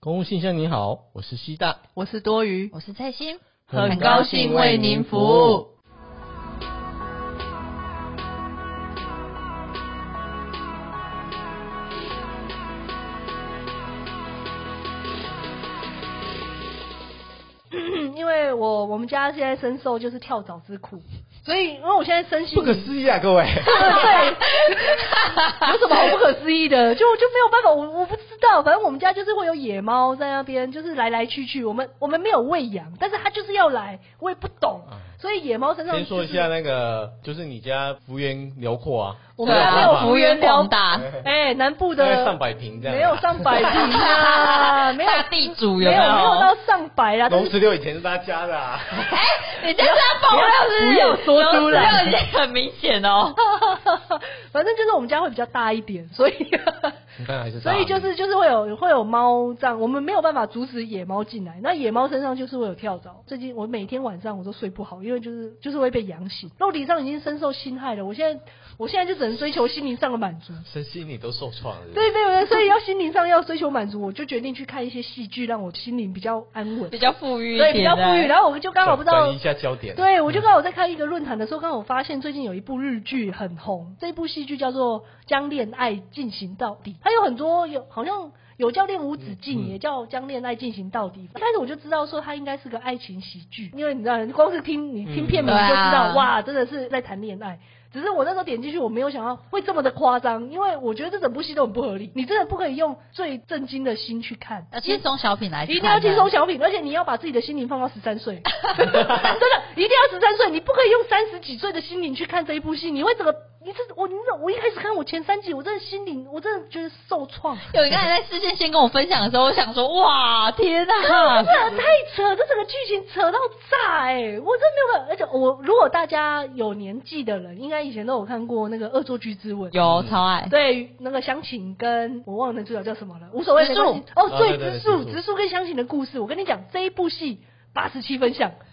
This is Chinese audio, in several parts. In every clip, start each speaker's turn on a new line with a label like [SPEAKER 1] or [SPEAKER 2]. [SPEAKER 1] 公务信箱你好，我是西大，
[SPEAKER 2] 我是多余，
[SPEAKER 3] 我是蔡心，
[SPEAKER 2] 很高兴为您服务。
[SPEAKER 4] 因为我我们家现在深受就是跳蚤之苦，所以因为我现在 身心
[SPEAKER 1] 不可思议啊，各位！
[SPEAKER 4] 对，有什么好不可思议的？就就没有办法，我我不知道。反正我们家就是会有野猫在那边，就是来来去去。我们我们没有喂养，但是它就是要来，我也不懂。所以野猫身上、
[SPEAKER 1] 啊
[SPEAKER 4] 就
[SPEAKER 1] 先
[SPEAKER 4] 是、
[SPEAKER 1] 说一下那个，就是你家幅员辽阔啊，
[SPEAKER 4] 我
[SPEAKER 2] 对
[SPEAKER 4] 们
[SPEAKER 1] 有
[SPEAKER 2] 啊，
[SPEAKER 1] 办法
[SPEAKER 2] 幅员广大，
[SPEAKER 4] 哎、南部
[SPEAKER 1] 大概上
[SPEAKER 4] 的
[SPEAKER 1] 百平这样啊，
[SPEAKER 4] 没有上百平 啊，没有
[SPEAKER 2] 大地主
[SPEAKER 4] 没
[SPEAKER 2] 有
[SPEAKER 4] 有没有
[SPEAKER 2] 有？
[SPEAKER 4] 到上百啊啦，但
[SPEAKER 1] 龙
[SPEAKER 4] 是
[SPEAKER 1] 石榴以前是他家的啊，
[SPEAKER 2] 你这是要爆料是不是？
[SPEAKER 4] 不要说出来
[SPEAKER 2] 有有已经很明显哦。
[SPEAKER 4] 反正就是我们家会比较大一点， 所以
[SPEAKER 1] 你看还是大
[SPEAKER 4] 所以就是就是会有会有猫这样，我们没有办法阻止野猫进来。那野猫身上就是会有跳蚤。最近我每天晚上我都睡不好，因为就是就是会被痒醒，肉体上已经深受侵害了。我现在我现在就只能追求心灵上的满足。
[SPEAKER 1] 身心你都受创了，
[SPEAKER 4] 对对对，所以要心灵上要追求满足，我就决定去看一些戏剧，让我心灵比较安稳
[SPEAKER 2] 比，较富裕一
[SPEAKER 4] 对，
[SPEAKER 2] 点，
[SPEAKER 4] 比较富裕。然后我就刚好不知道
[SPEAKER 1] 转移一下焦点，
[SPEAKER 4] 对，我就刚好在看一个论坛的时候，刚好发现最近有一部日剧很红，这部戏剧叫做《将恋爱进行到底》，它有很多有好像有叫《恋无止境》
[SPEAKER 1] 嗯嗯
[SPEAKER 4] 也叫《将恋爱进行到底》，但是我就知道说它应该是个爱情喜剧，因为你知道，光是听你听片名
[SPEAKER 2] 嗯
[SPEAKER 4] 就知道，
[SPEAKER 2] 对啊
[SPEAKER 4] 哇，真的是在谈恋爱。只是我那时候点进去，我没有想到会这么的夸张，因为我觉得这整部戏都很不合理。你真的不可以用最震惊的心去看，
[SPEAKER 2] 要轻松小品来看，啊
[SPEAKER 4] 一定要轻松小品，而且你要把自己的心灵放到十三岁，真的一定要十三岁，你不可以用三十几岁的心灵去看这一部戏，你会整个，你这我你知道，我一开始看我前三集，我真的心灵，我真的觉得受创，
[SPEAKER 2] 有你刚才在事先先跟我分享的时候，我想说，哇，天啊哪、
[SPEAKER 4] 这太扯，这整个剧情扯到炸哎、我真的没有办法，而且我如果大家有年纪的人，应该以前都有看过那个《恶作剧之吻》。
[SPEAKER 2] 有超爱，
[SPEAKER 4] 对，那个湘琴跟我忘了主角叫什么了，无所谓。
[SPEAKER 2] 植
[SPEAKER 4] 没
[SPEAKER 2] 树
[SPEAKER 4] 关系哦，
[SPEAKER 1] 啊
[SPEAKER 4] 对，
[SPEAKER 1] 对对
[SPEAKER 4] 植
[SPEAKER 1] 植
[SPEAKER 4] 树，
[SPEAKER 1] 树
[SPEAKER 4] 植树跟湘琴的故事，我跟你讲，这一部戏八十七分像，几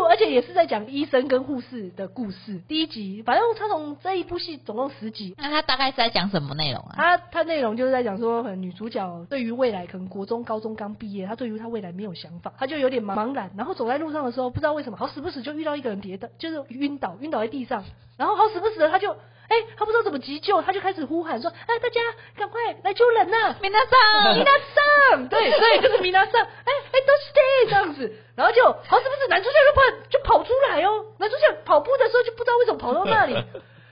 [SPEAKER 4] 乎而且也是在讲医生跟护士的故事。第一集，反正他从这一部戏总共十集。
[SPEAKER 2] 那他大概是在讲什么内容啊？
[SPEAKER 4] 他他内容就是在讲说，可能女主角对于未来，可能国中、高中刚毕业，她对于她未来没有想法，她就有点茫茫然。然后走在路上的时候，不知道为什么，好死不死就遇到一个人跌倒，就是晕倒，晕倒在地上。然后好死不死的，她就哎，她不知道怎么急救，她就开始呼喊说：“哎，大家赶快来救人呐、
[SPEAKER 2] 米 娜桑，
[SPEAKER 4] 米娜桑，对对，就是米娜桑，哎哎，都是这这样子，然后就好是不是男主角就跑就跑出来哦，男主角跑步的时候就不知道为什么跑到那里，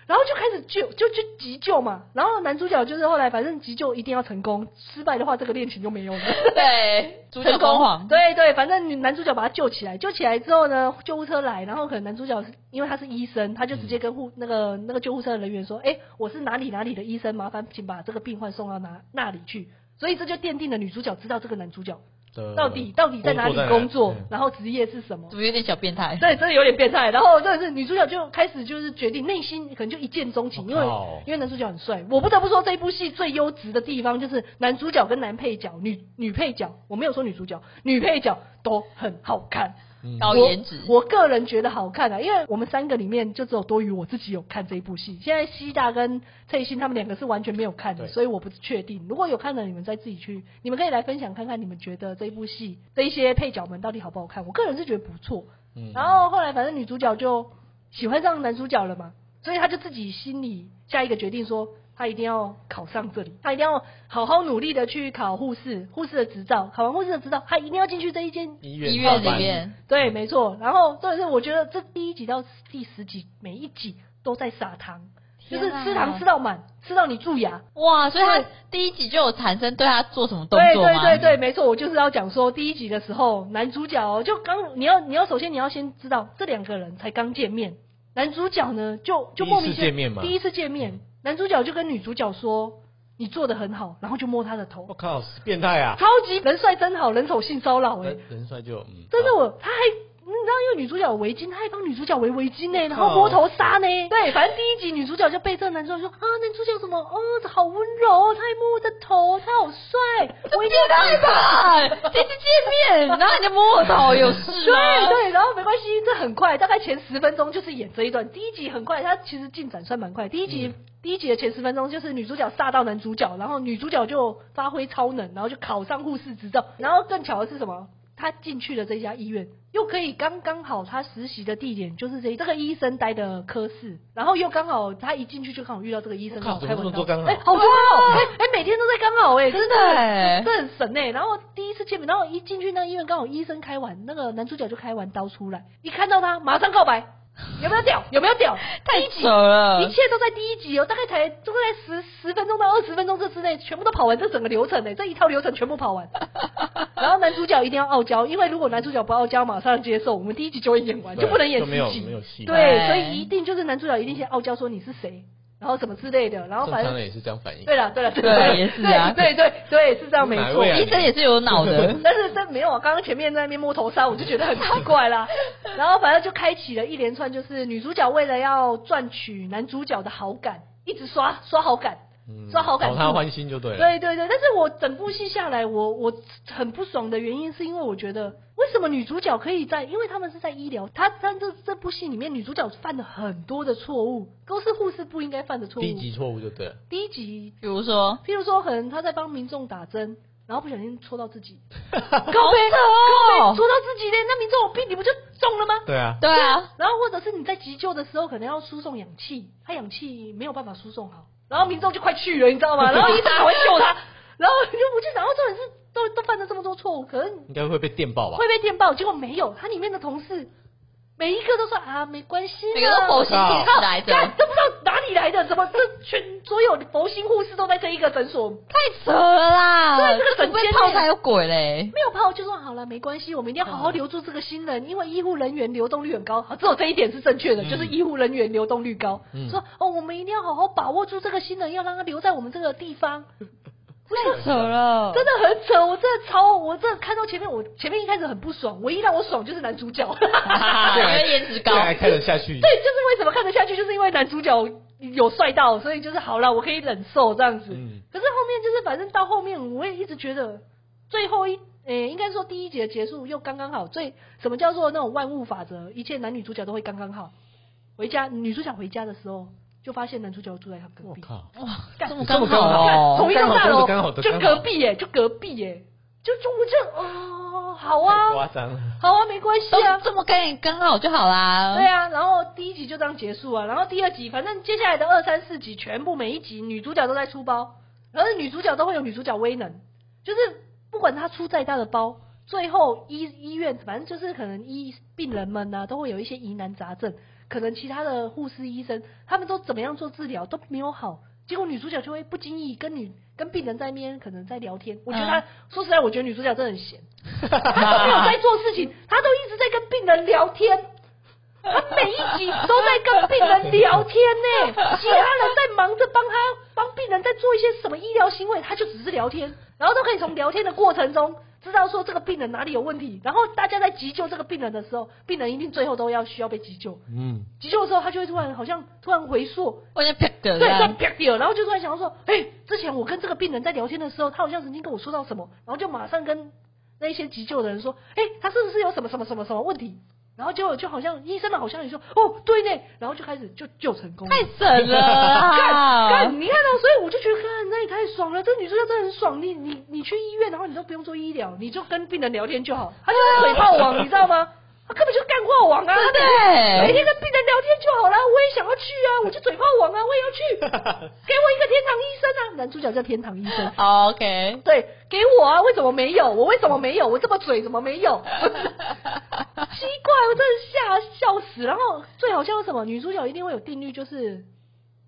[SPEAKER 4] 然后就开始救就就急救嘛，然后男主角就是后来反正急救一定要成功，失败的话这个恋情就没有了。
[SPEAKER 2] 对，主角
[SPEAKER 4] 成
[SPEAKER 2] 光
[SPEAKER 4] 功，
[SPEAKER 2] 环，
[SPEAKER 4] 对对，反正男主角把他救起来，救起来之后呢，救护车来，然后可能男主角是因为他是医生，他就直接跟
[SPEAKER 2] 嗯
[SPEAKER 4] 护、那个那个救护车的人员说，哎，我是哪里哪里的医生，麻烦请把这个病患送到哪那里去。所以这就奠定了女主角知道这个男主角
[SPEAKER 1] 的
[SPEAKER 4] 到底到底在哪里呃嗯工作，然后职业是什么
[SPEAKER 2] 怎。么有点小变态？
[SPEAKER 4] 对，真的有点变态。然后真的是女主角就开始就是决定内心可能就一见钟情，因为
[SPEAKER 1] 我靠
[SPEAKER 4] 因为男主角很帅。我不得不说这部戏最优质的地方就是男主角跟男配角、女女配角，我没有说女主角，女配角都很好看。
[SPEAKER 1] 嗯
[SPEAKER 2] 高颜值，
[SPEAKER 4] 我个人觉得好看啊，因为我们三个里面就只有多余我自己有看这一部戏。现在西大跟蔡欣他们两个是完全没有看的，
[SPEAKER 1] 对
[SPEAKER 4] 所以我不确定。如果有看的，你们再自己去，你们可以来分享看看，你们觉得这一部戏这一些配角们到底好不好看？我个人是觉得不错。
[SPEAKER 1] 嗯
[SPEAKER 4] 然后后来反正女主角就喜欢上男主角了嘛，所以她就自己心里下一个决定说，她一定要考上这里，她一定要好好努力的去考护士，护士的执照，考完护士的执照，她一定要进去这一间。
[SPEAKER 1] 医
[SPEAKER 2] 医
[SPEAKER 1] 院
[SPEAKER 2] 院
[SPEAKER 1] 上
[SPEAKER 2] 里
[SPEAKER 1] 班
[SPEAKER 2] 面，
[SPEAKER 4] 对，没错。然后重点是，我觉得这第一集到第十集每一集都在撒糖，就是吃糖吃到满，吃到你蛀牙。
[SPEAKER 2] 哇，所以他
[SPEAKER 4] 对
[SPEAKER 2] 第一集就有产生对他做什么动
[SPEAKER 4] 对
[SPEAKER 2] 作
[SPEAKER 4] 对
[SPEAKER 2] 吗？
[SPEAKER 4] 对对，没错，我就是要讲说第一集的时候，男主角哦就刚你要你要首先你要先知道这两个人才刚见面，男主角呢就就
[SPEAKER 1] 第一
[SPEAKER 4] 莫名
[SPEAKER 1] 次
[SPEAKER 4] 其妙
[SPEAKER 1] 见面嘛
[SPEAKER 4] 第一次见面，男主角就跟女主角说你做的很好，然后就摸她的头
[SPEAKER 1] 我，靠，变态啊！呃
[SPEAKER 4] 超级人帅真好，人丑性骚扰哎、
[SPEAKER 1] 人人帅就嗯，
[SPEAKER 4] 真的
[SPEAKER 1] 好
[SPEAKER 4] 我他还你知道，因为女主角有围巾，她还帮女主角围围巾呢，然后摸头杀呢。对，反正第一集女主角就被这个男主角说啊，男主角怎么哦，好温柔，哦他还摸我的头，他好帅，
[SPEAKER 2] 这
[SPEAKER 4] 我一
[SPEAKER 2] 变
[SPEAKER 4] 定要
[SPEAKER 2] 态吧？第一次见面，然后你就摸我头，有事
[SPEAKER 4] 对
[SPEAKER 2] 吗？
[SPEAKER 4] 对，然后没关系，这很快，大概前十分钟就是演这一段。第一集很快，它其实进展算蛮快。第一
[SPEAKER 1] 嗯
[SPEAKER 4] 集、第一集的前十分钟就是女主角杀到男主角，然后女主角就发挥超能，然后就考上护士执照。然后更巧的是什么？她进去了这家医院，又可以刚刚好，她实习的地点就是这这个医生待的科室，然后又刚好她一进去就刚好遇到这个医生，
[SPEAKER 1] 我
[SPEAKER 4] 然
[SPEAKER 1] 靠
[SPEAKER 4] 后开
[SPEAKER 1] 怎么
[SPEAKER 4] 完
[SPEAKER 1] 这么多刚好
[SPEAKER 4] 哎、好多哦，哎、哎、每天都在刚好哎、
[SPEAKER 2] 真的哎
[SPEAKER 4] 这很神哎、然后第一次见面，然后一进去那个医院，刚好医生开完，那个男主角就开完刀出来，一看到他马上告 白，有没有屌？有没有屌？
[SPEAKER 2] 太扯
[SPEAKER 1] 呃
[SPEAKER 2] 了
[SPEAKER 4] 一！切都在第一集哦，大概才都在十十分钟到二十分钟这之内，全部都跑完这整个流程呢、哎这一套流程全部 跑完。然后男主角一定要傲娇，因为如果男主角不傲娇，马上接受，我们第一集就会演完，
[SPEAKER 1] 对
[SPEAKER 4] 就不能演
[SPEAKER 1] 就
[SPEAKER 4] 十
[SPEAKER 1] 没有
[SPEAKER 4] 集
[SPEAKER 1] 没有戏哎
[SPEAKER 4] 对，所以一定就是男主角一定先傲娇说你是谁，然后什么之类的，然后
[SPEAKER 1] 正
[SPEAKER 4] 反
[SPEAKER 1] 常
[SPEAKER 4] 正
[SPEAKER 1] 人也是这样反应。
[SPEAKER 4] 对了，对了，对
[SPEAKER 2] 对
[SPEAKER 4] 了
[SPEAKER 2] 也是啊
[SPEAKER 4] 对对对，对是这样没
[SPEAKER 1] 哪
[SPEAKER 4] 错
[SPEAKER 1] 位。啊
[SPEAKER 2] 医生也是有脑 的，
[SPEAKER 4] 但是但没有啊，刚刚前面在那边摸头杀，我就觉得很奇怪啦。然后反正就开启了一连串，就是女主角为了要赚取男主角的好感，一直刷刷好感，
[SPEAKER 1] 嗯
[SPEAKER 4] 刷好感
[SPEAKER 1] 讨
[SPEAKER 4] 度。
[SPEAKER 1] 他欢心就对了。
[SPEAKER 4] 对对对，但是我整部戏下来，我我很不爽的原因是因为我觉得，为什么女主角可以在，因为他们是在医疗，她她这这部戏里面女主角犯了很多的错误，都是护士不应该犯的错误。
[SPEAKER 1] 第一级错误就对了。
[SPEAKER 4] 第一集
[SPEAKER 2] 比如说，
[SPEAKER 4] 譬如说，可能他在帮民众打针，然后不小心戳到自己，
[SPEAKER 2] 好
[SPEAKER 4] 高飞
[SPEAKER 2] 扯哦！
[SPEAKER 4] 戳到自己嘞，那民众有病，你不就中了吗？
[SPEAKER 1] 对啊，
[SPEAKER 2] 对啊，
[SPEAKER 4] 然后或者是你在急救的时候，可能要输送氧气，他氧气没有办法输送好，然后民众就快去了，你知道 吗？然后医生还会救他，然后就我就然后重点是都都犯了这么多错误，可能
[SPEAKER 1] 应该会被电爆吧？
[SPEAKER 4] 会被电爆，结果没有，他里面的同事每一个都说啊没关系啦，
[SPEAKER 2] 每个都佛心
[SPEAKER 1] 啊
[SPEAKER 2] 挺来的，
[SPEAKER 4] 干都不知道哪里来的，怎么这全所有佛心护士都在这一个诊所
[SPEAKER 2] 太扯了啦！
[SPEAKER 4] 对这个
[SPEAKER 2] 会
[SPEAKER 4] 整
[SPEAKER 2] 不会
[SPEAKER 4] 间内
[SPEAKER 2] 泡才有鬼嘞？
[SPEAKER 4] 没有泡就说好了，没关系，我们一定
[SPEAKER 1] 嗯
[SPEAKER 4] 要好好留住这个新人，因为医护人员流动率很高。好，只有这一点是正确的，
[SPEAKER 1] 嗯
[SPEAKER 4] 就是医护人员流动率高。
[SPEAKER 1] 嗯
[SPEAKER 4] 说哦，我们一定要好好把握住这个新人，要让他留在我们这个地方。
[SPEAKER 1] 嗯
[SPEAKER 2] 太扯了！
[SPEAKER 4] 真的很扯，我真的超，我真的看到前面，我前面一开始很不爽，唯一让我爽就是男主角。
[SPEAKER 1] 嗯
[SPEAKER 2] 因为颜 值高
[SPEAKER 1] 对，还看得下去。
[SPEAKER 4] 对，就是为什么看得下去，就是因为男主角有帅到，所以就是好了，我可以忍受这样子。
[SPEAKER 1] 嗯
[SPEAKER 4] 可是后面就是，反正到后面我也一直觉得最后一。诶、应该说第一节结束又刚刚好，最什么叫做那种万物法则？一切男女主角都会刚刚好。回家，女主角回家的时候，就发现男主角住在她隔
[SPEAKER 1] 我
[SPEAKER 4] 壁，
[SPEAKER 1] 靠，
[SPEAKER 4] 干
[SPEAKER 2] 这么
[SPEAKER 1] 这
[SPEAKER 2] 刚
[SPEAKER 1] 么刚
[SPEAKER 2] 好
[SPEAKER 1] 好
[SPEAKER 4] 同
[SPEAKER 2] 哦，
[SPEAKER 4] 一栋大楼
[SPEAKER 1] 刚好都是
[SPEAKER 4] 就
[SPEAKER 1] 刚好的
[SPEAKER 4] 隔壁耶、就隔壁耶、就就我就哦，好
[SPEAKER 1] 太
[SPEAKER 4] 啊，
[SPEAKER 1] 夸张了。
[SPEAKER 4] 好啊，没关系
[SPEAKER 2] 都
[SPEAKER 4] 啊，
[SPEAKER 2] 这么刚刚好就好啦。
[SPEAKER 4] 对啊，然后第一集就这样结束啊，然后第二集，反正接下来的二三四集全部每一集女主角都在出包，然后女主角都会有女主角威能，就是不管她出再大的包，最后医医院反正就是可能医病人们呢、都会有一些疑难杂症，可能其他的护士医生他们都怎么样做治疗都没有好，结果女主角就会不经意跟女跟病人在那边可能在聊天，我觉得她、
[SPEAKER 2] 嗯
[SPEAKER 4] 说实在，我觉得女主角真的很闲。 他都没有在做事情，他都一直在跟病人聊天。他每一集都在跟病人聊天呢、其他人在忙着帮他帮病人在做一些什么医疗行为，他就只是聊天，然后都可以从聊天的过程中知道说这个病人哪里有问题，然后大家在急救这个病人的时候，病人一定最后都要需要被急救，
[SPEAKER 1] 嗯，
[SPEAKER 4] 急救的时候他就会突然好像突然回溯，
[SPEAKER 2] 我就啪的这
[SPEAKER 4] 对，就
[SPEAKER 2] 样，
[SPEAKER 4] 啪掉，然后就突然想到说，哎、之前我跟这个病人在聊天的时候，他好像曾经跟我说到什么，然后就马上跟那一些急救的人说，哎、他是不是有什么什么什么什么问题？然后结果就好像医生们好像也说，哦，对呢，然后就开始就救成功了。
[SPEAKER 2] 太神了
[SPEAKER 4] 干
[SPEAKER 2] 啊！
[SPEAKER 4] 干，你看到、所以我就觉得，干，那也太爽了，这女主角真的很爽。你你你去医院，然后你都不用做医疗，你就跟病人聊天就 好。她就是嘴炮王，你知道吗？她啊根本就干话王啊！
[SPEAKER 2] 真的
[SPEAKER 4] 她
[SPEAKER 2] 耶
[SPEAKER 4] 每天跟病人聊天就好啦。我也想要去啊，我就嘴炮王啊，我也要 去。给我一个天堂医生啊！男主角叫天堂医生。
[SPEAKER 2] 好 OK，
[SPEAKER 4] 对，给我啊！为什么没有？我为什么没有？我这么嘴怎么没有？奇怪，我真的吓笑死。然后最好笑是什么？女主角一定会有定律，就是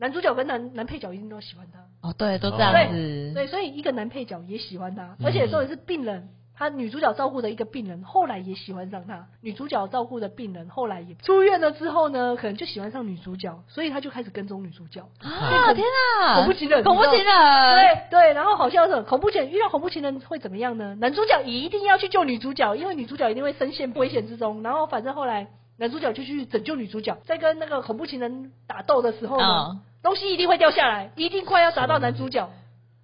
[SPEAKER 4] 男主角跟男男配角一定都喜欢她。
[SPEAKER 2] 哦对，都这样
[SPEAKER 1] 对
[SPEAKER 2] 子，
[SPEAKER 4] 对，所以一个男配角也喜欢她，而且重点是病人。他女主角照顾的一个病人，后来也喜欢上他。女主角照顾的病人后来也出院了之后呢，可能就喜欢上女主角，所以他就开始跟踪女主角。
[SPEAKER 2] 啊！天啊！
[SPEAKER 4] 恐怖情人
[SPEAKER 2] 恐怖情
[SPEAKER 4] 你知
[SPEAKER 2] 人，
[SPEAKER 4] 对对，然后好笑是恐怖情人遇到恐怖情人会怎么样呢？男主角一定要去救女主角，因为女主角一定会深陷危险之中。然后反正后来男主角就去拯救女主角，在跟那个恐怖情人打斗的时候呢，
[SPEAKER 2] 嗯
[SPEAKER 4] 东西一定会掉下来，一定快要砸到男主角。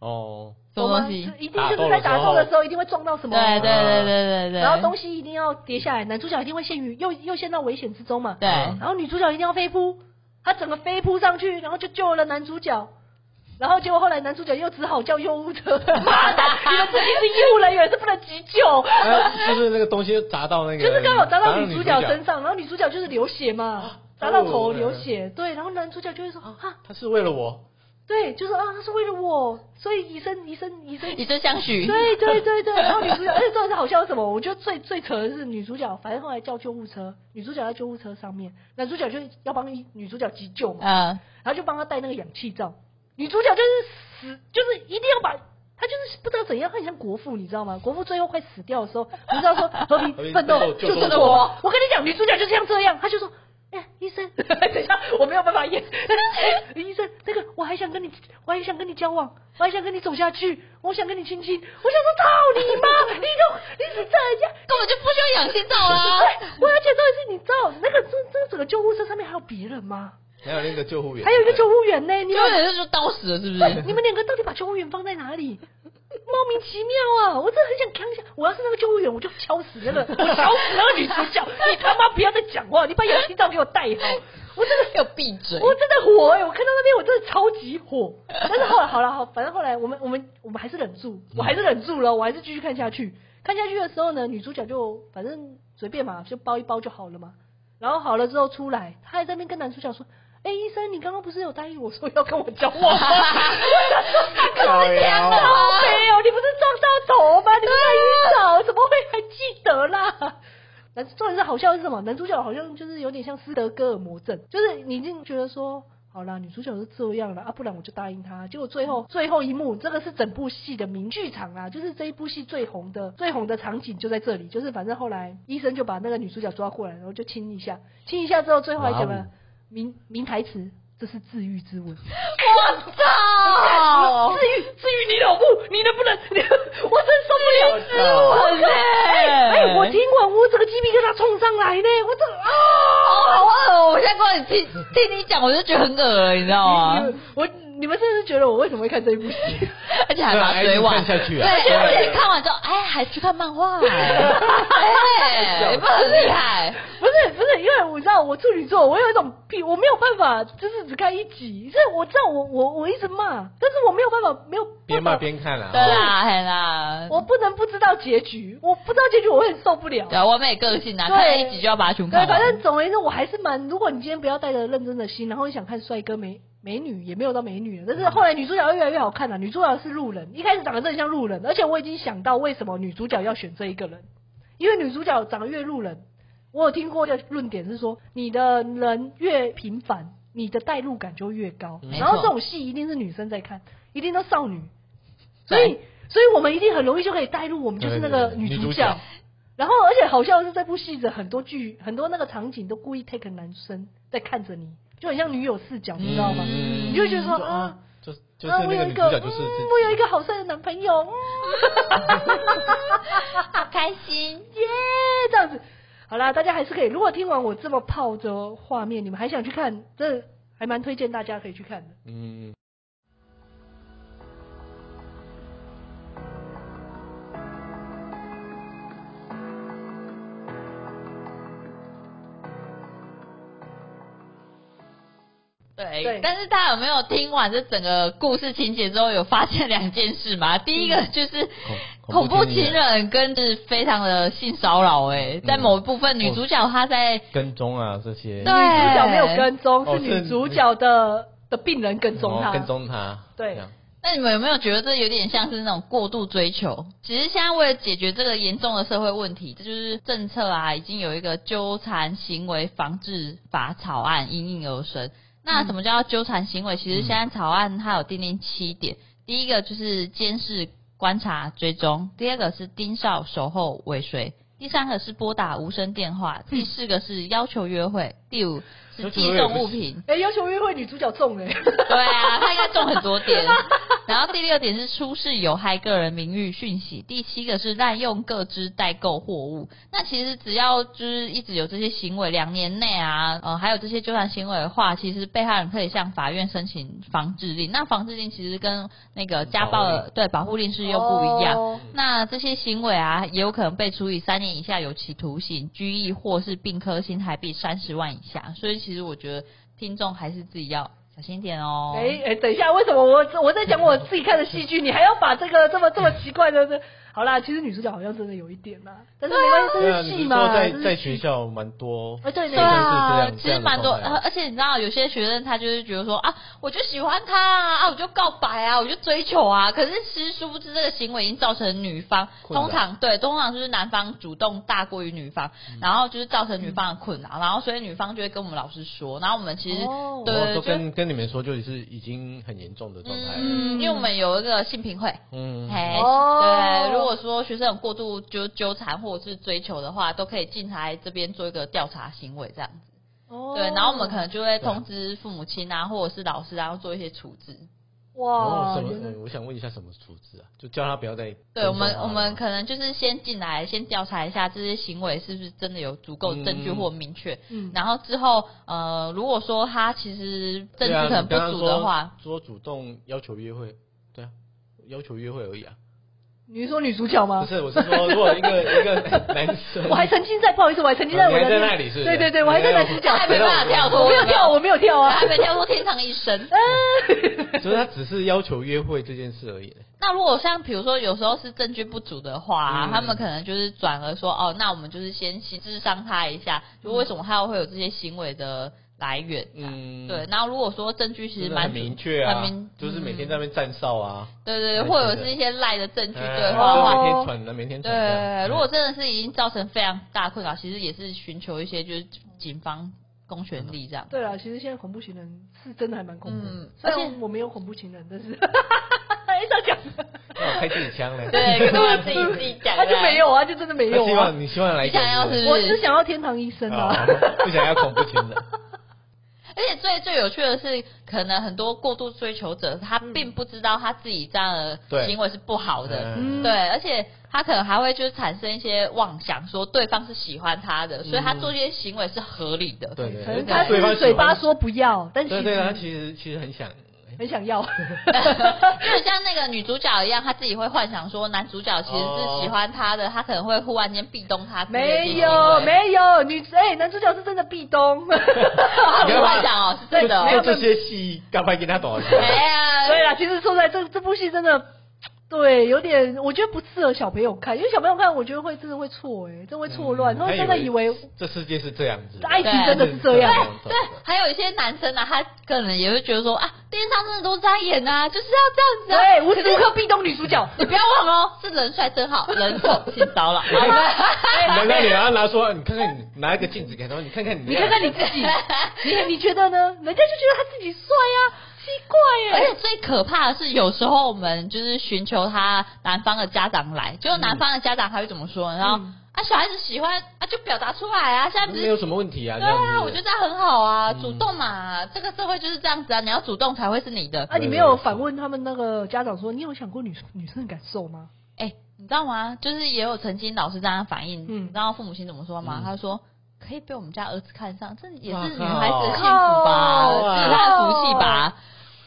[SPEAKER 1] 哦，
[SPEAKER 2] 什么东西
[SPEAKER 4] 我？们一定就是在打斗的时候一定会撞到什
[SPEAKER 2] 对
[SPEAKER 4] 么。
[SPEAKER 2] 对对对对对。
[SPEAKER 4] 然后东西一定要跌下来，男主角一定会陷于又又陷到危险之中嘛。
[SPEAKER 2] 对
[SPEAKER 1] 嗯
[SPEAKER 4] 然后女主角一定要飞扑，她整个飞扑上去，然后就救了男主角。然后结果后来男主角又只好叫救护车，妈的， 你们自己是医护人员，是不能急救，
[SPEAKER 1] 哎就是那个东西砸到那个，
[SPEAKER 4] 就是刚好砸到
[SPEAKER 1] 到
[SPEAKER 4] 女主
[SPEAKER 1] 主
[SPEAKER 4] 角身，上，然后女主角啊就是流血嘛，砸到头流血，对，然后男主角就会说啊，
[SPEAKER 1] 他是为了我，
[SPEAKER 4] 对，就说啊，他是为了我，所以医生医生医生
[SPEAKER 2] 一针相许。
[SPEAKER 4] 对对对对，然后女主角，而且真的是好笑是什么？我觉得最最扯的是女主角，反正后来叫救护车，女主角在救护车上面，男主角就要帮女主角急救嘛，
[SPEAKER 2] 嗯，
[SPEAKER 4] 然后就帮她戴那个氧气罩，女主角就是死，就是一定要把。她就是不知道怎样，她很像国父，你知道吗？国父最后快死掉的时候，你知道说和
[SPEAKER 1] 和
[SPEAKER 4] 平
[SPEAKER 1] 平
[SPEAKER 4] 奋斗
[SPEAKER 1] 奋斗就
[SPEAKER 4] 就
[SPEAKER 1] 是中
[SPEAKER 4] 我
[SPEAKER 1] 国。
[SPEAKER 4] 我跟你讲，女主角就像这样，她就说：“哎、医生， 等一下，我没有办法演。哎医生，那个我还想跟你，我还想跟你交往，我还想跟你走下去，我想跟你亲亲。”我想说：“操你妈！你都你是这样。”
[SPEAKER 2] 根本就不需要氧气罩啊！
[SPEAKER 4] 对，哎我要讲到的是，你知道那个这这整个救护车上面还有别人吗？
[SPEAKER 1] 还有那个救护员，
[SPEAKER 4] 还有一个救护员呢，你
[SPEAKER 2] 因
[SPEAKER 4] 们
[SPEAKER 2] 为人就刀死了，是不
[SPEAKER 4] 对
[SPEAKER 2] 是？
[SPEAKER 4] 你们两个到底把救护员放在哪里？莫名其妙啊！我真的很想扛一下，我要是那个救护员，我就敲死那个，我敲死那个女主角！你他妈不要再讲话，你把氧气罩给我戴好！我真的
[SPEAKER 2] 要闭嘴。
[SPEAKER 4] 我真的火哎、我看到那边我真的超级火，但是后来好了好，反正后来我们我们我们还是忍住，我还是忍住了，我还是继续看下去。看下去的时候呢，女主角就反正随便嘛，就包一包就好了嘛。然后好了之后出来，她还在那边跟男主角说：“哎、医生，你刚刚不是有答应我说要跟我交 往吗？”
[SPEAKER 1] 靠腰啊
[SPEAKER 4] 好没有，你不是撞到头吗？你太晕倒，怎么会还记得啦？男重点是好笑的是什么？男主角好像就是有点像斯德哥尔摩症，就是你已经觉得说，好啦，女主角是这样了啊，不然我就答应他。结果最
[SPEAKER 1] 嗯
[SPEAKER 4] 后最后一幕，这个是整部戏的名剧场啦，就是这一部戏最红的最红的场景就在这里，就是反正后来医生就把那个女主角抓过来，然后就亲一下，亲一下之后，最后还讲
[SPEAKER 1] 哇
[SPEAKER 4] 了
[SPEAKER 1] 哦
[SPEAKER 4] 名名台词，这是治愈之吻。
[SPEAKER 2] 我操！
[SPEAKER 4] 至于至于你老母，你能不 能？你我真受不了，
[SPEAKER 1] 死我
[SPEAKER 2] 嘞
[SPEAKER 4] 哎，哎我听完我整个鸡皮疙瘩冲上来呢，我这啊！
[SPEAKER 2] 好恶哦！我现在光你听听你讲，我就觉得很恶了，你知道吗
[SPEAKER 4] 你？们我你们真是觉得我为什么会看这一部戏？
[SPEAKER 2] 而且还把水碗
[SPEAKER 1] 对还一直看下去啊
[SPEAKER 2] 对，
[SPEAKER 1] 对
[SPEAKER 2] 而且看完之后，哎，还去看漫画，哎，你们很厉害。
[SPEAKER 4] 不是不是，因为我知道我处女座，我有一种癖，我没有办法，就是只看一集。是我知道我我我一直骂，但是我没有办法，没有
[SPEAKER 1] 边骂
[SPEAKER 4] 办法，
[SPEAKER 1] 边看啊啦，
[SPEAKER 2] 对
[SPEAKER 4] 啊
[SPEAKER 2] 啦，嘿啦，
[SPEAKER 4] 我不能不知道结局，我不知道结局我会很受不了。
[SPEAKER 2] 对啊，完美个性啊，
[SPEAKER 4] 对
[SPEAKER 2] 看了一集就要把它全看
[SPEAKER 4] 对，
[SPEAKER 2] 完。
[SPEAKER 4] 反正总而言之，我还是蛮。如果你今天不要带着认真的心，然后你想看帅哥美美女，也没有到美女了。但是后来女主角越来越好看了、女主角是路人，一开始长得真的像路人，而且我已经想到为什么女主角要选这一个人，因为女主角长得越路人。我有听过一个论点是说，你的人越平凡，你的代入感就越高。
[SPEAKER 1] 嗯
[SPEAKER 4] 然后
[SPEAKER 2] 没错
[SPEAKER 4] 这种戏一定是女生在看，一定都少女，所
[SPEAKER 2] 对
[SPEAKER 4] 以所以我们一定很容易就可以代入，我们就是那个
[SPEAKER 1] 对对对
[SPEAKER 4] 女主
[SPEAKER 1] 女主
[SPEAKER 4] 角
[SPEAKER 1] 角。
[SPEAKER 4] 然后，而且好笑的是，这部戏的很多剧、很多那个场景都故意 take 男生在看着你，就很像女友视角，你知道吗？
[SPEAKER 1] 嗯
[SPEAKER 4] 你就会觉得说
[SPEAKER 1] 就
[SPEAKER 4] 啊，
[SPEAKER 1] 就就是
[SPEAKER 4] 啊，
[SPEAKER 1] 那
[SPEAKER 4] 我
[SPEAKER 1] 个
[SPEAKER 4] 有
[SPEAKER 1] 女
[SPEAKER 4] 一
[SPEAKER 1] 主
[SPEAKER 4] 个，
[SPEAKER 1] 角就是
[SPEAKER 4] 嗯我有一个好帅的男朋友，嗯
[SPEAKER 2] 好开 心。
[SPEAKER 4] 耶，这样子。好啦，大家还是可以。如果听完我这么泡的画面，你们还想去看，这还蛮推荐大家可以去看的。
[SPEAKER 1] 嗯。
[SPEAKER 2] 对
[SPEAKER 4] 对，
[SPEAKER 2] 但是大家有没有听完这整个故事情节之后，有发现两件事吗？第一个就是恐
[SPEAKER 1] 嗯恐
[SPEAKER 2] 怖
[SPEAKER 1] 怖
[SPEAKER 2] 情
[SPEAKER 1] 情
[SPEAKER 2] 人跟是非常的性骚扰，哎，在
[SPEAKER 1] 嗯
[SPEAKER 2] 某一部分女主角她在
[SPEAKER 1] 跟踪啊这些，
[SPEAKER 2] 对
[SPEAKER 4] 女主角没有跟踪，
[SPEAKER 1] 哦
[SPEAKER 4] 是女
[SPEAKER 1] 是
[SPEAKER 4] 主角的的病人跟踪
[SPEAKER 1] 然
[SPEAKER 4] 她，
[SPEAKER 1] 后哦跟踪他，
[SPEAKER 4] 对
[SPEAKER 1] 这样
[SPEAKER 2] 那你们有没有觉得这有点像是那种过度追求？其实现在为了解决这个严重的社会问题，这就是政策啊，已经有一个纠缠行为防治法草案应运而生。那什么叫纠缠行为？其实现在草案它有订定七点，第一个就是监视。观察追踪；第二个是盯梢守候尾随；第三个是拨打无声电话；第四个是要求约会；第五是寄送物品。
[SPEAKER 4] 哎、要求约会女主角中哎了、
[SPEAKER 2] 对啊，他应该中很多点。然后第六点是出示有害个人名誉讯息，第七个是滥用各支代购货物。那其实只要就是一直有这些行为，两年内啊，呃，还有这些纠缠行为的话，其实被害人可以向法院申请防治令。那防治令其实跟那个家
[SPEAKER 1] 保
[SPEAKER 2] 暴
[SPEAKER 1] 护
[SPEAKER 2] 的对保护令是又不一样。
[SPEAKER 4] 哦
[SPEAKER 2] 那这些行为啊，也有可能被处以三年以下有期徒刑、拘役或是并科新台币三十万以下。所以其实我觉得听众还是自己要小心一点哦。
[SPEAKER 4] 哎、哎、等一下，为什么我我在讲我自己看的戏剧，你还要把这个这么这么奇怪的这？好啦，其实女主角好像真的有一点啦，但是没关系，
[SPEAKER 1] 对
[SPEAKER 4] 这
[SPEAKER 1] 啊，
[SPEAKER 4] 是
[SPEAKER 1] 你
[SPEAKER 4] 戏
[SPEAKER 1] 是
[SPEAKER 4] 嘛，
[SPEAKER 1] 说在
[SPEAKER 4] 这是
[SPEAKER 1] 在
[SPEAKER 4] 戏
[SPEAKER 1] 学校蛮多
[SPEAKER 4] 啊对对
[SPEAKER 1] 学生是
[SPEAKER 2] 对
[SPEAKER 1] 这
[SPEAKER 2] 啊
[SPEAKER 1] 样，，
[SPEAKER 2] 其实蛮多，呃
[SPEAKER 1] 的。
[SPEAKER 2] 而且你知道，有些学生他就是觉得说啊，我就喜欢他啊，啊我就告白啊，我就追求啊。可是其实殊不知，这个行为已经造成女方
[SPEAKER 1] 困扰
[SPEAKER 2] 通常对，通常就是男方主动大过于女方，
[SPEAKER 1] 嗯
[SPEAKER 2] 然后就是造成女方的困扰，然后所以女方就会跟我们老师说，然后我们其实
[SPEAKER 4] 哦
[SPEAKER 1] 我
[SPEAKER 2] 对
[SPEAKER 1] 都
[SPEAKER 2] 就
[SPEAKER 1] 跟跟你们说，就是已经很严重的状态了。
[SPEAKER 2] 嗯，因为我们有一个性评会。
[SPEAKER 1] 嗯，
[SPEAKER 2] 哎、
[SPEAKER 4] 哦
[SPEAKER 2] 对，如果说学生有过度纠纠缠或者是追求的话，都可以进来这边做一个调查行为这样。
[SPEAKER 4] 哦
[SPEAKER 2] 对，然后我们可能就会通知父母亲啊，或者是老师啊，做一些处置。
[SPEAKER 1] 哦，
[SPEAKER 4] 哇，
[SPEAKER 1] 什么？
[SPEAKER 4] 原来
[SPEAKER 1] 呃我想问一下什么处置啊？就叫他不要再。
[SPEAKER 2] 对我们，我们可能就是先进来，先调查一下这些行为是不是真的有足够证据
[SPEAKER 1] 嗯
[SPEAKER 2] 或明确。
[SPEAKER 4] 嗯
[SPEAKER 2] 然后之后，呃，如果说他其实
[SPEAKER 1] 对
[SPEAKER 2] 证据
[SPEAKER 1] 啊
[SPEAKER 2] 可能不
[SPEAKER 1] 你刚刚
[SPEAKER 2] 足的 话，
[SPEAKER 1] 说，说主动要求约会，对啊，要求约会而已啊。
[SPEAKER 4] 你是说女主角
[SPEAKER 1] 不
[SPEAKER 4] 吗？
[SPEAKER 1] 是，我是说，如果一个一个男 生，
[SPEAKER 4] 我还曾经在，不好意思，我还曾经在我
[SPEAKER 1] 你
[SPEAKER 4] 的
[SPEAKER 1] 还在那里是不是
[SPEAKER 4] 对对对，我还在男主角，
[SPEAKER 2] 他还没办法跳脱，
[SPEAKER 4] 我没有跳， 我没有跳啊
[SPEAKER 2] 他，还没跳出天堂一生。
[SPEAKER 1] 就是他只是要求约会这件事而已。
[SPEAKER 2] 那如果像比如说有时候是证据不足的话、
[SPEAKER 1] 嗯
[SPEAKER 2] 他们可能就是转而说哦，那我们就是先去智商他一下，就为什么他会有这些行为的来源。
[SPEAKER 1] 嗯，
[SPEAKER 2] 对，，然后如果说证据其
[SPEAKER 1] 其
[SPEAKER 2] 实
[SPEAKER 1] 实
[SPEAKER 2] 蛮
[SPEAKER 1] 很明确啊
[SPEAKER 2] 很明，
[SPEAKER 1] 就是每天
[SPEAKER 2] 嗯
[SPEAKER 1] 在那边站哨啊，
[SPEAKER 2] 对对对，
[SPEAKER 1] 对
[SPEAKER 2] 或
[SPEAKER 1] 对
[SPEAKER 2] 者
[SPEAKER 1] 对
[SPEAKER 2] 是一些赖的证据
[SPEAKER 1] 哎
[SPEAKER 2] 对话的
[SPEAKER 1] 就是
[SPEAKER 2] 话，
[SPEAKER 1] 每天传的，每天
[SPEAKER 2] 对
[SPEAKER 1] 传这样。
[SPEAKER 2] 如果真的是已经造成非常大困扰，其实也是寻求一些就是警方公权力这样。
[SPEAKER 4] 对了，其实现在恐怖情人是真的还蛮恐怖的
[SPEAKER 2] 嗯，
[SPEAKER 4] 虽
[SPEAKER 2] 而且
[SPEAKER 4] 然我没有恐怖情人，但是 哎，这样讲，
[SPEAKER 1] 那我开自己枪嘞。
[SPEAKER 2] 对，跟我自己自己讲，
[SPEAKER 4] 他就没有啊，就真的没
[SPEAKER 1] 那
[SPEAKER 4] 有
[SPEAKER 1] 希
[SPEAKER 4] 啊。
[SPEAKER 1] 望你希望来一个
[SPEAKER 2] 你想要是
[SPEAKER 4] 我是想要天堂医生
[SPEAKER 1] 啊
[SPEAKER 4] 啊，，
[SPEAKER 1] 不想要恐怖情人。
[SPEAKER 2] 而且最最有趣的是，可能很多过度追求者，他并不知道他自己这样的
[SPEAKER 1] 嗯对
[SPEAKER 2] 行为是不 好的，
[SPEAKER 1] 嗯
[SPEAKER 2] 对，而且他可能还会就是产生一些妄想，说对方是喜欢他的，所以他做这些行为是合理的。
[SPEAKER 1] 嗯对对
[SPEAKER 4] 可
[SPEAKER 1] 对，
[SPEAKER 4] 能他只
[SPEAKER 1] 对方
[SPEAKER 4] 是
[SPEAKER 1] 喜欢
[SPEAKER 4] 嘴巴说不要，但其
[SPEAKER 1] 对对，他
[SPEAKER 4] 实
[SPEAKER 1] 其实其实很想，
[SPEAKER 4] 很想 要。
[SPEAKER 2] 就像那个女主角一样，她自己会幻想说男主角其实是喜欢她的，她可能会忽然间壁咚她之类的
[SPEAKER 4] 没
[SPEAKER 2] 行为。
[SPEAKER 4] 有没有，女哎、男主角是真的壁咚，
[SPEAKER 2] 她 不是
[SPEAKER 1] 你看吧
[SPEAKER 2] 幻想哦，是真的
[SPEAKER 1] 就
[SPEAKER 2] 哦。
[SPEAKER 1] 这些戏，干嘛给他多少
[SPEAKER 2] 没
[SPEAKER 1] 钱？
[SPEAKER 2] 啊，
[SPEAKER 4] 对啦，其实说实在这这部戏真的，对，有点我觉得不适合小朋友看，因为小朋友看我觉得会真的会错哎、真的会错
[SPEAKER 1] 嗯
[SPEAKER 4] 乱，他会真的以为
[SPEAKER 1] 这世界是这样子的，
[SPEAKER 4] 爱
[SPEAKER 2] 情
[SPEAKER 4] 真的是这样
[SPEAKER 1] 对
[SPEAKER 2] 对，还有一些男生呢、啊他可能也会觉得说啊，电视上真的都是在演啊，就是要这样子啊。
[SPEAKER 4] 对无时无刻壁咚女 主角。
[SPEAKER 2] 你不要忘了哦，是人帅真好，人丑性骚扰。
[SPEAKER 1] 哎
[SPEAKER 2] 好吧
[SPEAKER 4] 哎
[SPEAKER 1] 难道你要拿出来？你看看你拿一个镜子给他，你看看你，
[SPEAKER 4] 你看看你自 己，你你觉得呢？人家就觉得他自己帅啊，奇怪
[SPEAKER 2] 而
[SPEAKER 4] 哎、
[SPEAKER 2] 且最可怕的是，有时候我们就是寻求他男方的家长来，结果男方的家长他会怎么说呢？然后、
[SPEAKER 4] 嗯
[SPEAKER 2] 啊，小孩子喜欢啊，就表达出来啊，现在不
[SPEAKER 1] 没
[SPEAKER 2] 是
[SPEAKER 1] 有什么问题啊，
[SPEAKER 2] 对
[SPEAKER 1] 这样子
[SPEAKER 2] 啊，我觉得这样很好啊，
[SPEAKER 1] 嗯
[SPEAKER 2] 主动嘛，这个社会就是这样子啊，你要主动才会是你的。
[SPEAKER 4] 啊，你没有反问他们那个家长说，你有想过女女生的感受吗？
[SPEAKER 2] 哎、你知道吗？就是也有曾经老师这样反映，
[SPEAKER 4] 嗯
[SPEAKER 2] 你知道父母亲怎么说吗？
[SPEAKER 1] 嗯
[SPEAKER 2] 他说。可以被我们家儿子看上，这也
[SPEAKER 1] 哇
[SPEAKER 2] 是
[SPEAKER 1] 靠
[SPEAKER 2] 女孩子的幸福吧，
[SPEAKER 4] 靠
[SPEAKER 2] 是她的福气吧？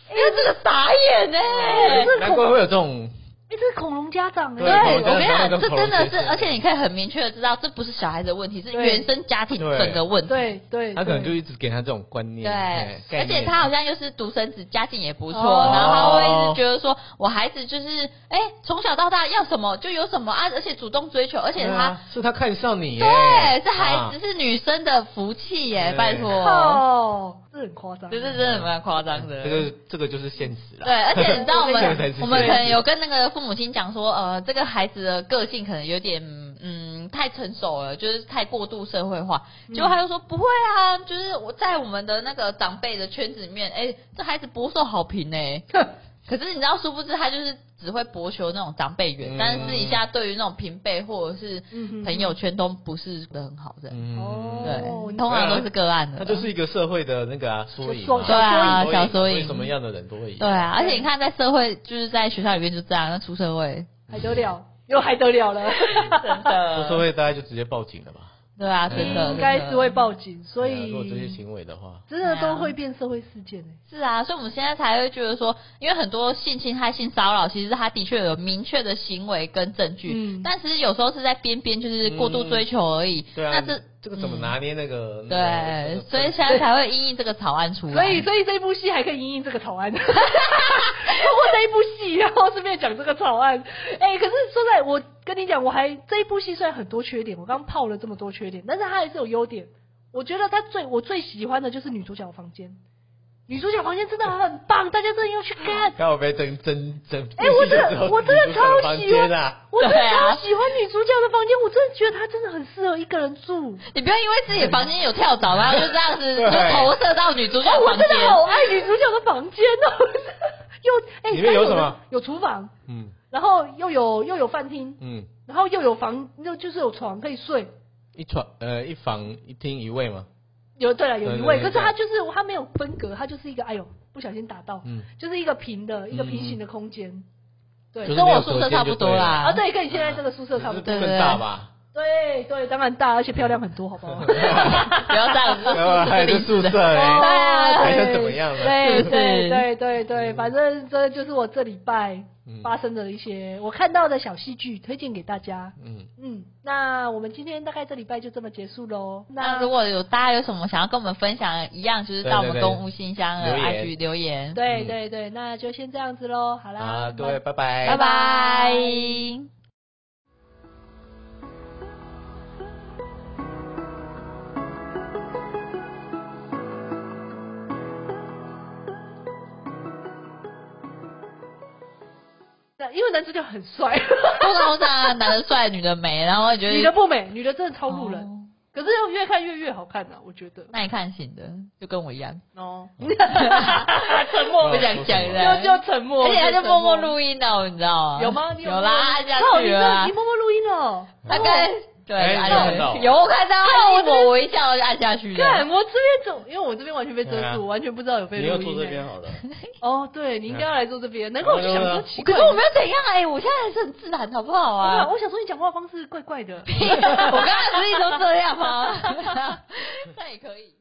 [SPEAKER 2] 因为这个傻眼呢、
[SPEAKER 4] 哎这
[SPEAKER 1] 难怪会有这种，
[SPEAKER 4] 哎、这是恐龙家长哎、
[SPEAKER 1] 对我
[SPEAKER 2] 对，我跟
[SPEAKER 1] 真的跟
[SPEAKER 2] 你讲，这
[SPEAKER 1] 同事
[SPEAKER 2] 真的是
[SPEAKER 1] 是，
[SPEAKER 2] 而且你可以很明确的知道，这不是小孩子的问题，是
[SPEAKER 4] 对
[SPEAKER 2] 原生家庭
[SPEAKER 1] 对
[SPEAKER 2] 整个问题。
[SPEAKER 4] 对对，
[SPEAKER 1] 他可能
[SPEAKER 4] 对
[SPEAKER 1] 就一直给他这种观念，
[SPEAKER 2] 对，
[SPEAKER 1] 哎概
[SPEAKER 2] 而且
[SPEAKER 1] 念
[SPEAKER 2] 他好像又是独生子，家境也不错，
[SPEAKER 4] 哦
[SPEAKER 2] 然后他会一直觉得说，我孩子就是，哎，从小到大要什么就有什么啊，而且主动追求，而且
[SPEAKER 1] 对
[SPEAKER 2] 他，
[SPEAKER 1] 啊是他看上你耶，
[SPEAKER 2] 对，这孩子
[SPEAKER 1] 啊，
[SPEAKER 2] 是女生的福气耶，
[SPEAKER 1] 对
[SPEAKER 2] 拜托，
[SPEAKER 4] 哦，这很夸张。
[SPEAKER 2] 这是真的蛮夸张的。
[SPEAKER 1] 这个这个就是现实
[SPEAKER 2] 对，
[SPEAKER 1] 了，
[SPEAKER 2] 而且你知道我
[SPEAKER 1] 这个才
[SPEAKER 2] 们
[SPEAKER 1] 是
[SPEAKER 2] 我们可
[SPEAKER 1] 现
[SPEAKER 2] 能
[SPEAKER 1] 实
[SPEAKER 2] 有跟那个父母亲讲说，呃，这个孩子的个性可能有点嗯太成熟了，就是太过度社会化。结果他就说不会啊，就是我在我们的那个长辈的圈子里面，哎、这孩子不受好评哎、可是你知道，殊不知他就是只会博求那种长辈缘，
[SPEAKER 1] 嗯
[SPEAKER 2] 但是私底下对于那种平辈或者是
[SPEAKER 4] 嗯哼
[SPEAKER 2] 朋友圈都不是的很好的，
[SPEAKER 1] 嗯，
[SPEAKER 2] 对
[SPEAKER 4] 哦，
[SPEAKER 2] 通常都是个案的。
[SPEAKER 1] 它就是一个社会的那个啊缩影
[SPEAKER 4] 缩
[SPEAKER 1] 嘛，
[SPEAKER 4] 小
[SPEAKER 2] 对啊，
[SPEAKER 1] 所以
[SPEAKER 2] 小缩
[SPEAKER 1] 所以
[SPEAKER 2] 影
[SPEAKER 1] 什。么样的人都会有。
[SPEAKER 2] 对啊，而且你看，在社会就是在学校里面就这样，那出社会
[SPEAKER 4] 还得了，又还得了了，
[SPEAKER 2] 真
[SPEAKER 1] 出社
[SPEAKER 2] 的，
[SPEAKER 1] 会嗯大概就直接报警了吧？
[SPEAKER 2] 对啊， 真的，
[SPEAKER 4] 应该
[SPEAKER 2] 真
[SPEAKER 4] 是
[SPEAKER 2] 的
[SPEAKER 4] 会报警，所
[SPEAKER 1] 对啊如果这些
[SPEAKER 4] 以
[SPEAKER 1] 行为的话，
[SPEAKER 4] 真的都会变社会事件哎。
[SPEAKER 2] 是啊，所以我们现在才会觉得说，因为很多性侵害、性骚扰，其实他的确有明确的行为跟证据，
[SPEAKER 4] 嗯
[SPEAKER 2] 但其实有时候是在边边，就是过度追求而已。
[SPEAKER 1] 对啊，
[SPEAKER 2] 那这
[SPEAKER 1] 这个怎么、拿捏那个？
[SPEAKER 2] 嗯
[SPEAKER 1] 那个
[SPEAKER 2] 对，所以现在才会因应这个草案出来。
[SPEAKER 4] 所以，所以这部戏还可以应应这个草 案，通过这一部戏，然后顺便讲这个草案。哎、可是说在，我跟你讲，我还这一部戏虽然很多缺点，我刚泡了这么多缺点，但是它还是有优点。我觉得它最我最喜欢的就是女主角房间，女主角房间真的很棒，大家真的要去 看。
[SPEAKER 1] 刚好被真真真，
[SPEAKER 4] 哎、我真的我真的超喜欢，
[SPEAKER 1] 啦。
[SPEAKER 4] 我真
[SPEAKER 2] 对
[SPEAKER 4] 的
[SPEAKER 2] 啊
[SPEAKER 4] 超喜欢女主角的房间，我真的觉得她真的很适合一个人住。
[SPEAKER 2] 你不要因为自己的房间有跳蚤，然后就这样子就
[SPEAKER 1] 对
[SPEAKER 2] 投射到女主角
[SPEAKER 4] 哦，我
[SPEAKER 2] 房间
[SPEAKER 4] 真。的好爱女主角的房间哦。 又哎，
[SPEAKER 1] 里面有什么
[SPEAKER 4] 该的？有厨房，
[SPEAKER 1] 嗯
[SPEAKER 4] 然后又有又有饭厅，
[SPEAKER 1] 嗯，
[SPEAKER 4] 然后又有房，又就是有床可以睡。
[SPEAKER 1] 一床呃一房一厅一卫嘛，
[SPEAKER 4] 有对了，有一
[SPEAKER 1] 对
[SPEAKER 4] 位，
[SPEAKER 1] 对
[SPEAKER 4] 可
[SPEAKER 1] 对
[SPEAKER 4] 是它就是它没有分隔，它就是一个哎呦不小心打到，
[SPEAKER 1] 嗯，
[SPEAKER 4] 就是一个平的一个
[SPEAKER 1] 嗯
[SPEAKER 4] 平行的空间。对
[SPEAKER 1] 就
[SPEAKER 2] 跟
[SPEAKER 1] 是没
[SPEAKER 2] 我
[SPEAKER 1] 有
[SPEAKER 2] 宿舍差不多啦，
[SPEAKER 4] 啊，对，跟你现在这个宿舍差不多。
[SPEAKER 1] 只是更大 吧？
[SPEAKER 4] 对对，当然大，而且漂亮很多，好不好？
[SPEAKER 2] 不要这样子，
[SPEAKER 1] 还是宿舍哎嘞？
[SPEAKER 4] 对
[SPEAKER 1] 还想怎么样呢
[SPEAKER 4] 对对
[SPEAKER 2] 是
[SPEAKER 4] 对对对，反正这就是我这礼拜
[SPEAKER 1] 嗯
[SPEAKER 4] 发生的一些我看到的小戏剧，推荐给大家。
[SPEAKER 1] 嗯，
[SPEAKER 4] 嗯，那我们今天大概这礼拜就这么结束喽。
[SPEAKER 2] 那如果有大家有什么想要跟我们分享，一样就是到我们公务信箱的
[SPEAKER 1] 对对
[SPEAKER 2] IG 留言。
[SPEAKER 4] 对
[SPEAKER 1] 嗯
[SPEAKER 4] 对对，那就先这样子喽。好啦
[SPEAKER 1] 好，，啊各位拜
[SPEAKER 2] 拜
[SPEAKER 1] 拜。
[SPEAKER 2] 拜。
[SPEAKER 4] 那因为男主角很 帅，
[SPEAKER 2] 通常都这样啊，男的帅，女的美，然后你觉得
[SPEAKER 4] 女的不美，女的真的超路人，
[SPEAKER 2] 哦
[SPEAKER 4] 可是越看越越好看啊，我觉得。
[SPEAKER 2] 那你看醒的就跟我一样，
[SPEAKER 4] 哦，
[SPEAKER 2] 沉 默不想讲了，
[SPEAKER 4] 就就沉默，
[SPEAKER 2] 而且他就默默
[SPEAKER 4] 音，
[SPEAKER 2] 录音了，你知道吗？
[SPEAKER 4] 有吗？你
[SPEAKER 2] 有
[SPEAKER 4] 默默录
[SPEAKER 2] 啦，按下
[SPEAKER 4] 靠
[SPEAKER 2] 去
[SPEAKER 4] 你
[SPEAKER 2] 了啊
[SPEAKER 4] 你，默默录音哦。
[SPEAKER 2] 大概对，
[SPEAKER 1] 哎你
[SPEAKER 2] 按
[SPEAKER 1] 有
[SPEAKER 2] 下
[SPEAKER 1] 看到
[SPEAKER 2] 去有我看到，
[SPEAKER 4] 我
[SPEAKER 2] 他一
[SPEAKER 4] 真的
[SPEAKER 2] 抹微笑就按下去
[SPEAKER 4] 看
[SPEAKER 2] 了。
[SPEAKER 4] 我这边怎，因为我这边完全被遮
[SPEAKER 1] 对啊
[SPEAKER 4] 住，完全不知道有被
[SPEAKER 1] 你
[SPEAKER 4] 录音
[SPEAKER 1] 又
[SPEAKER 4] 欸。
[SPEAKER 1] 坐这边好了，
[SPEAKER 4] 哦，对，你应该
[SPEAKER 2] 啊
[SPEAKER 4] 要来坐这边。难怪我就想说奇怪，
[SPEAKER 2] 可是我没有怎样哎，我现在还是很自然，好不好
[SPEAKER 4] 我
[SPEAKER 2] 啊
[SPEAKER 4] 想？我想说你讲话方式怪怪的。
[SPEAKER 2] 我刚才不是一直都这样吗？那也可以。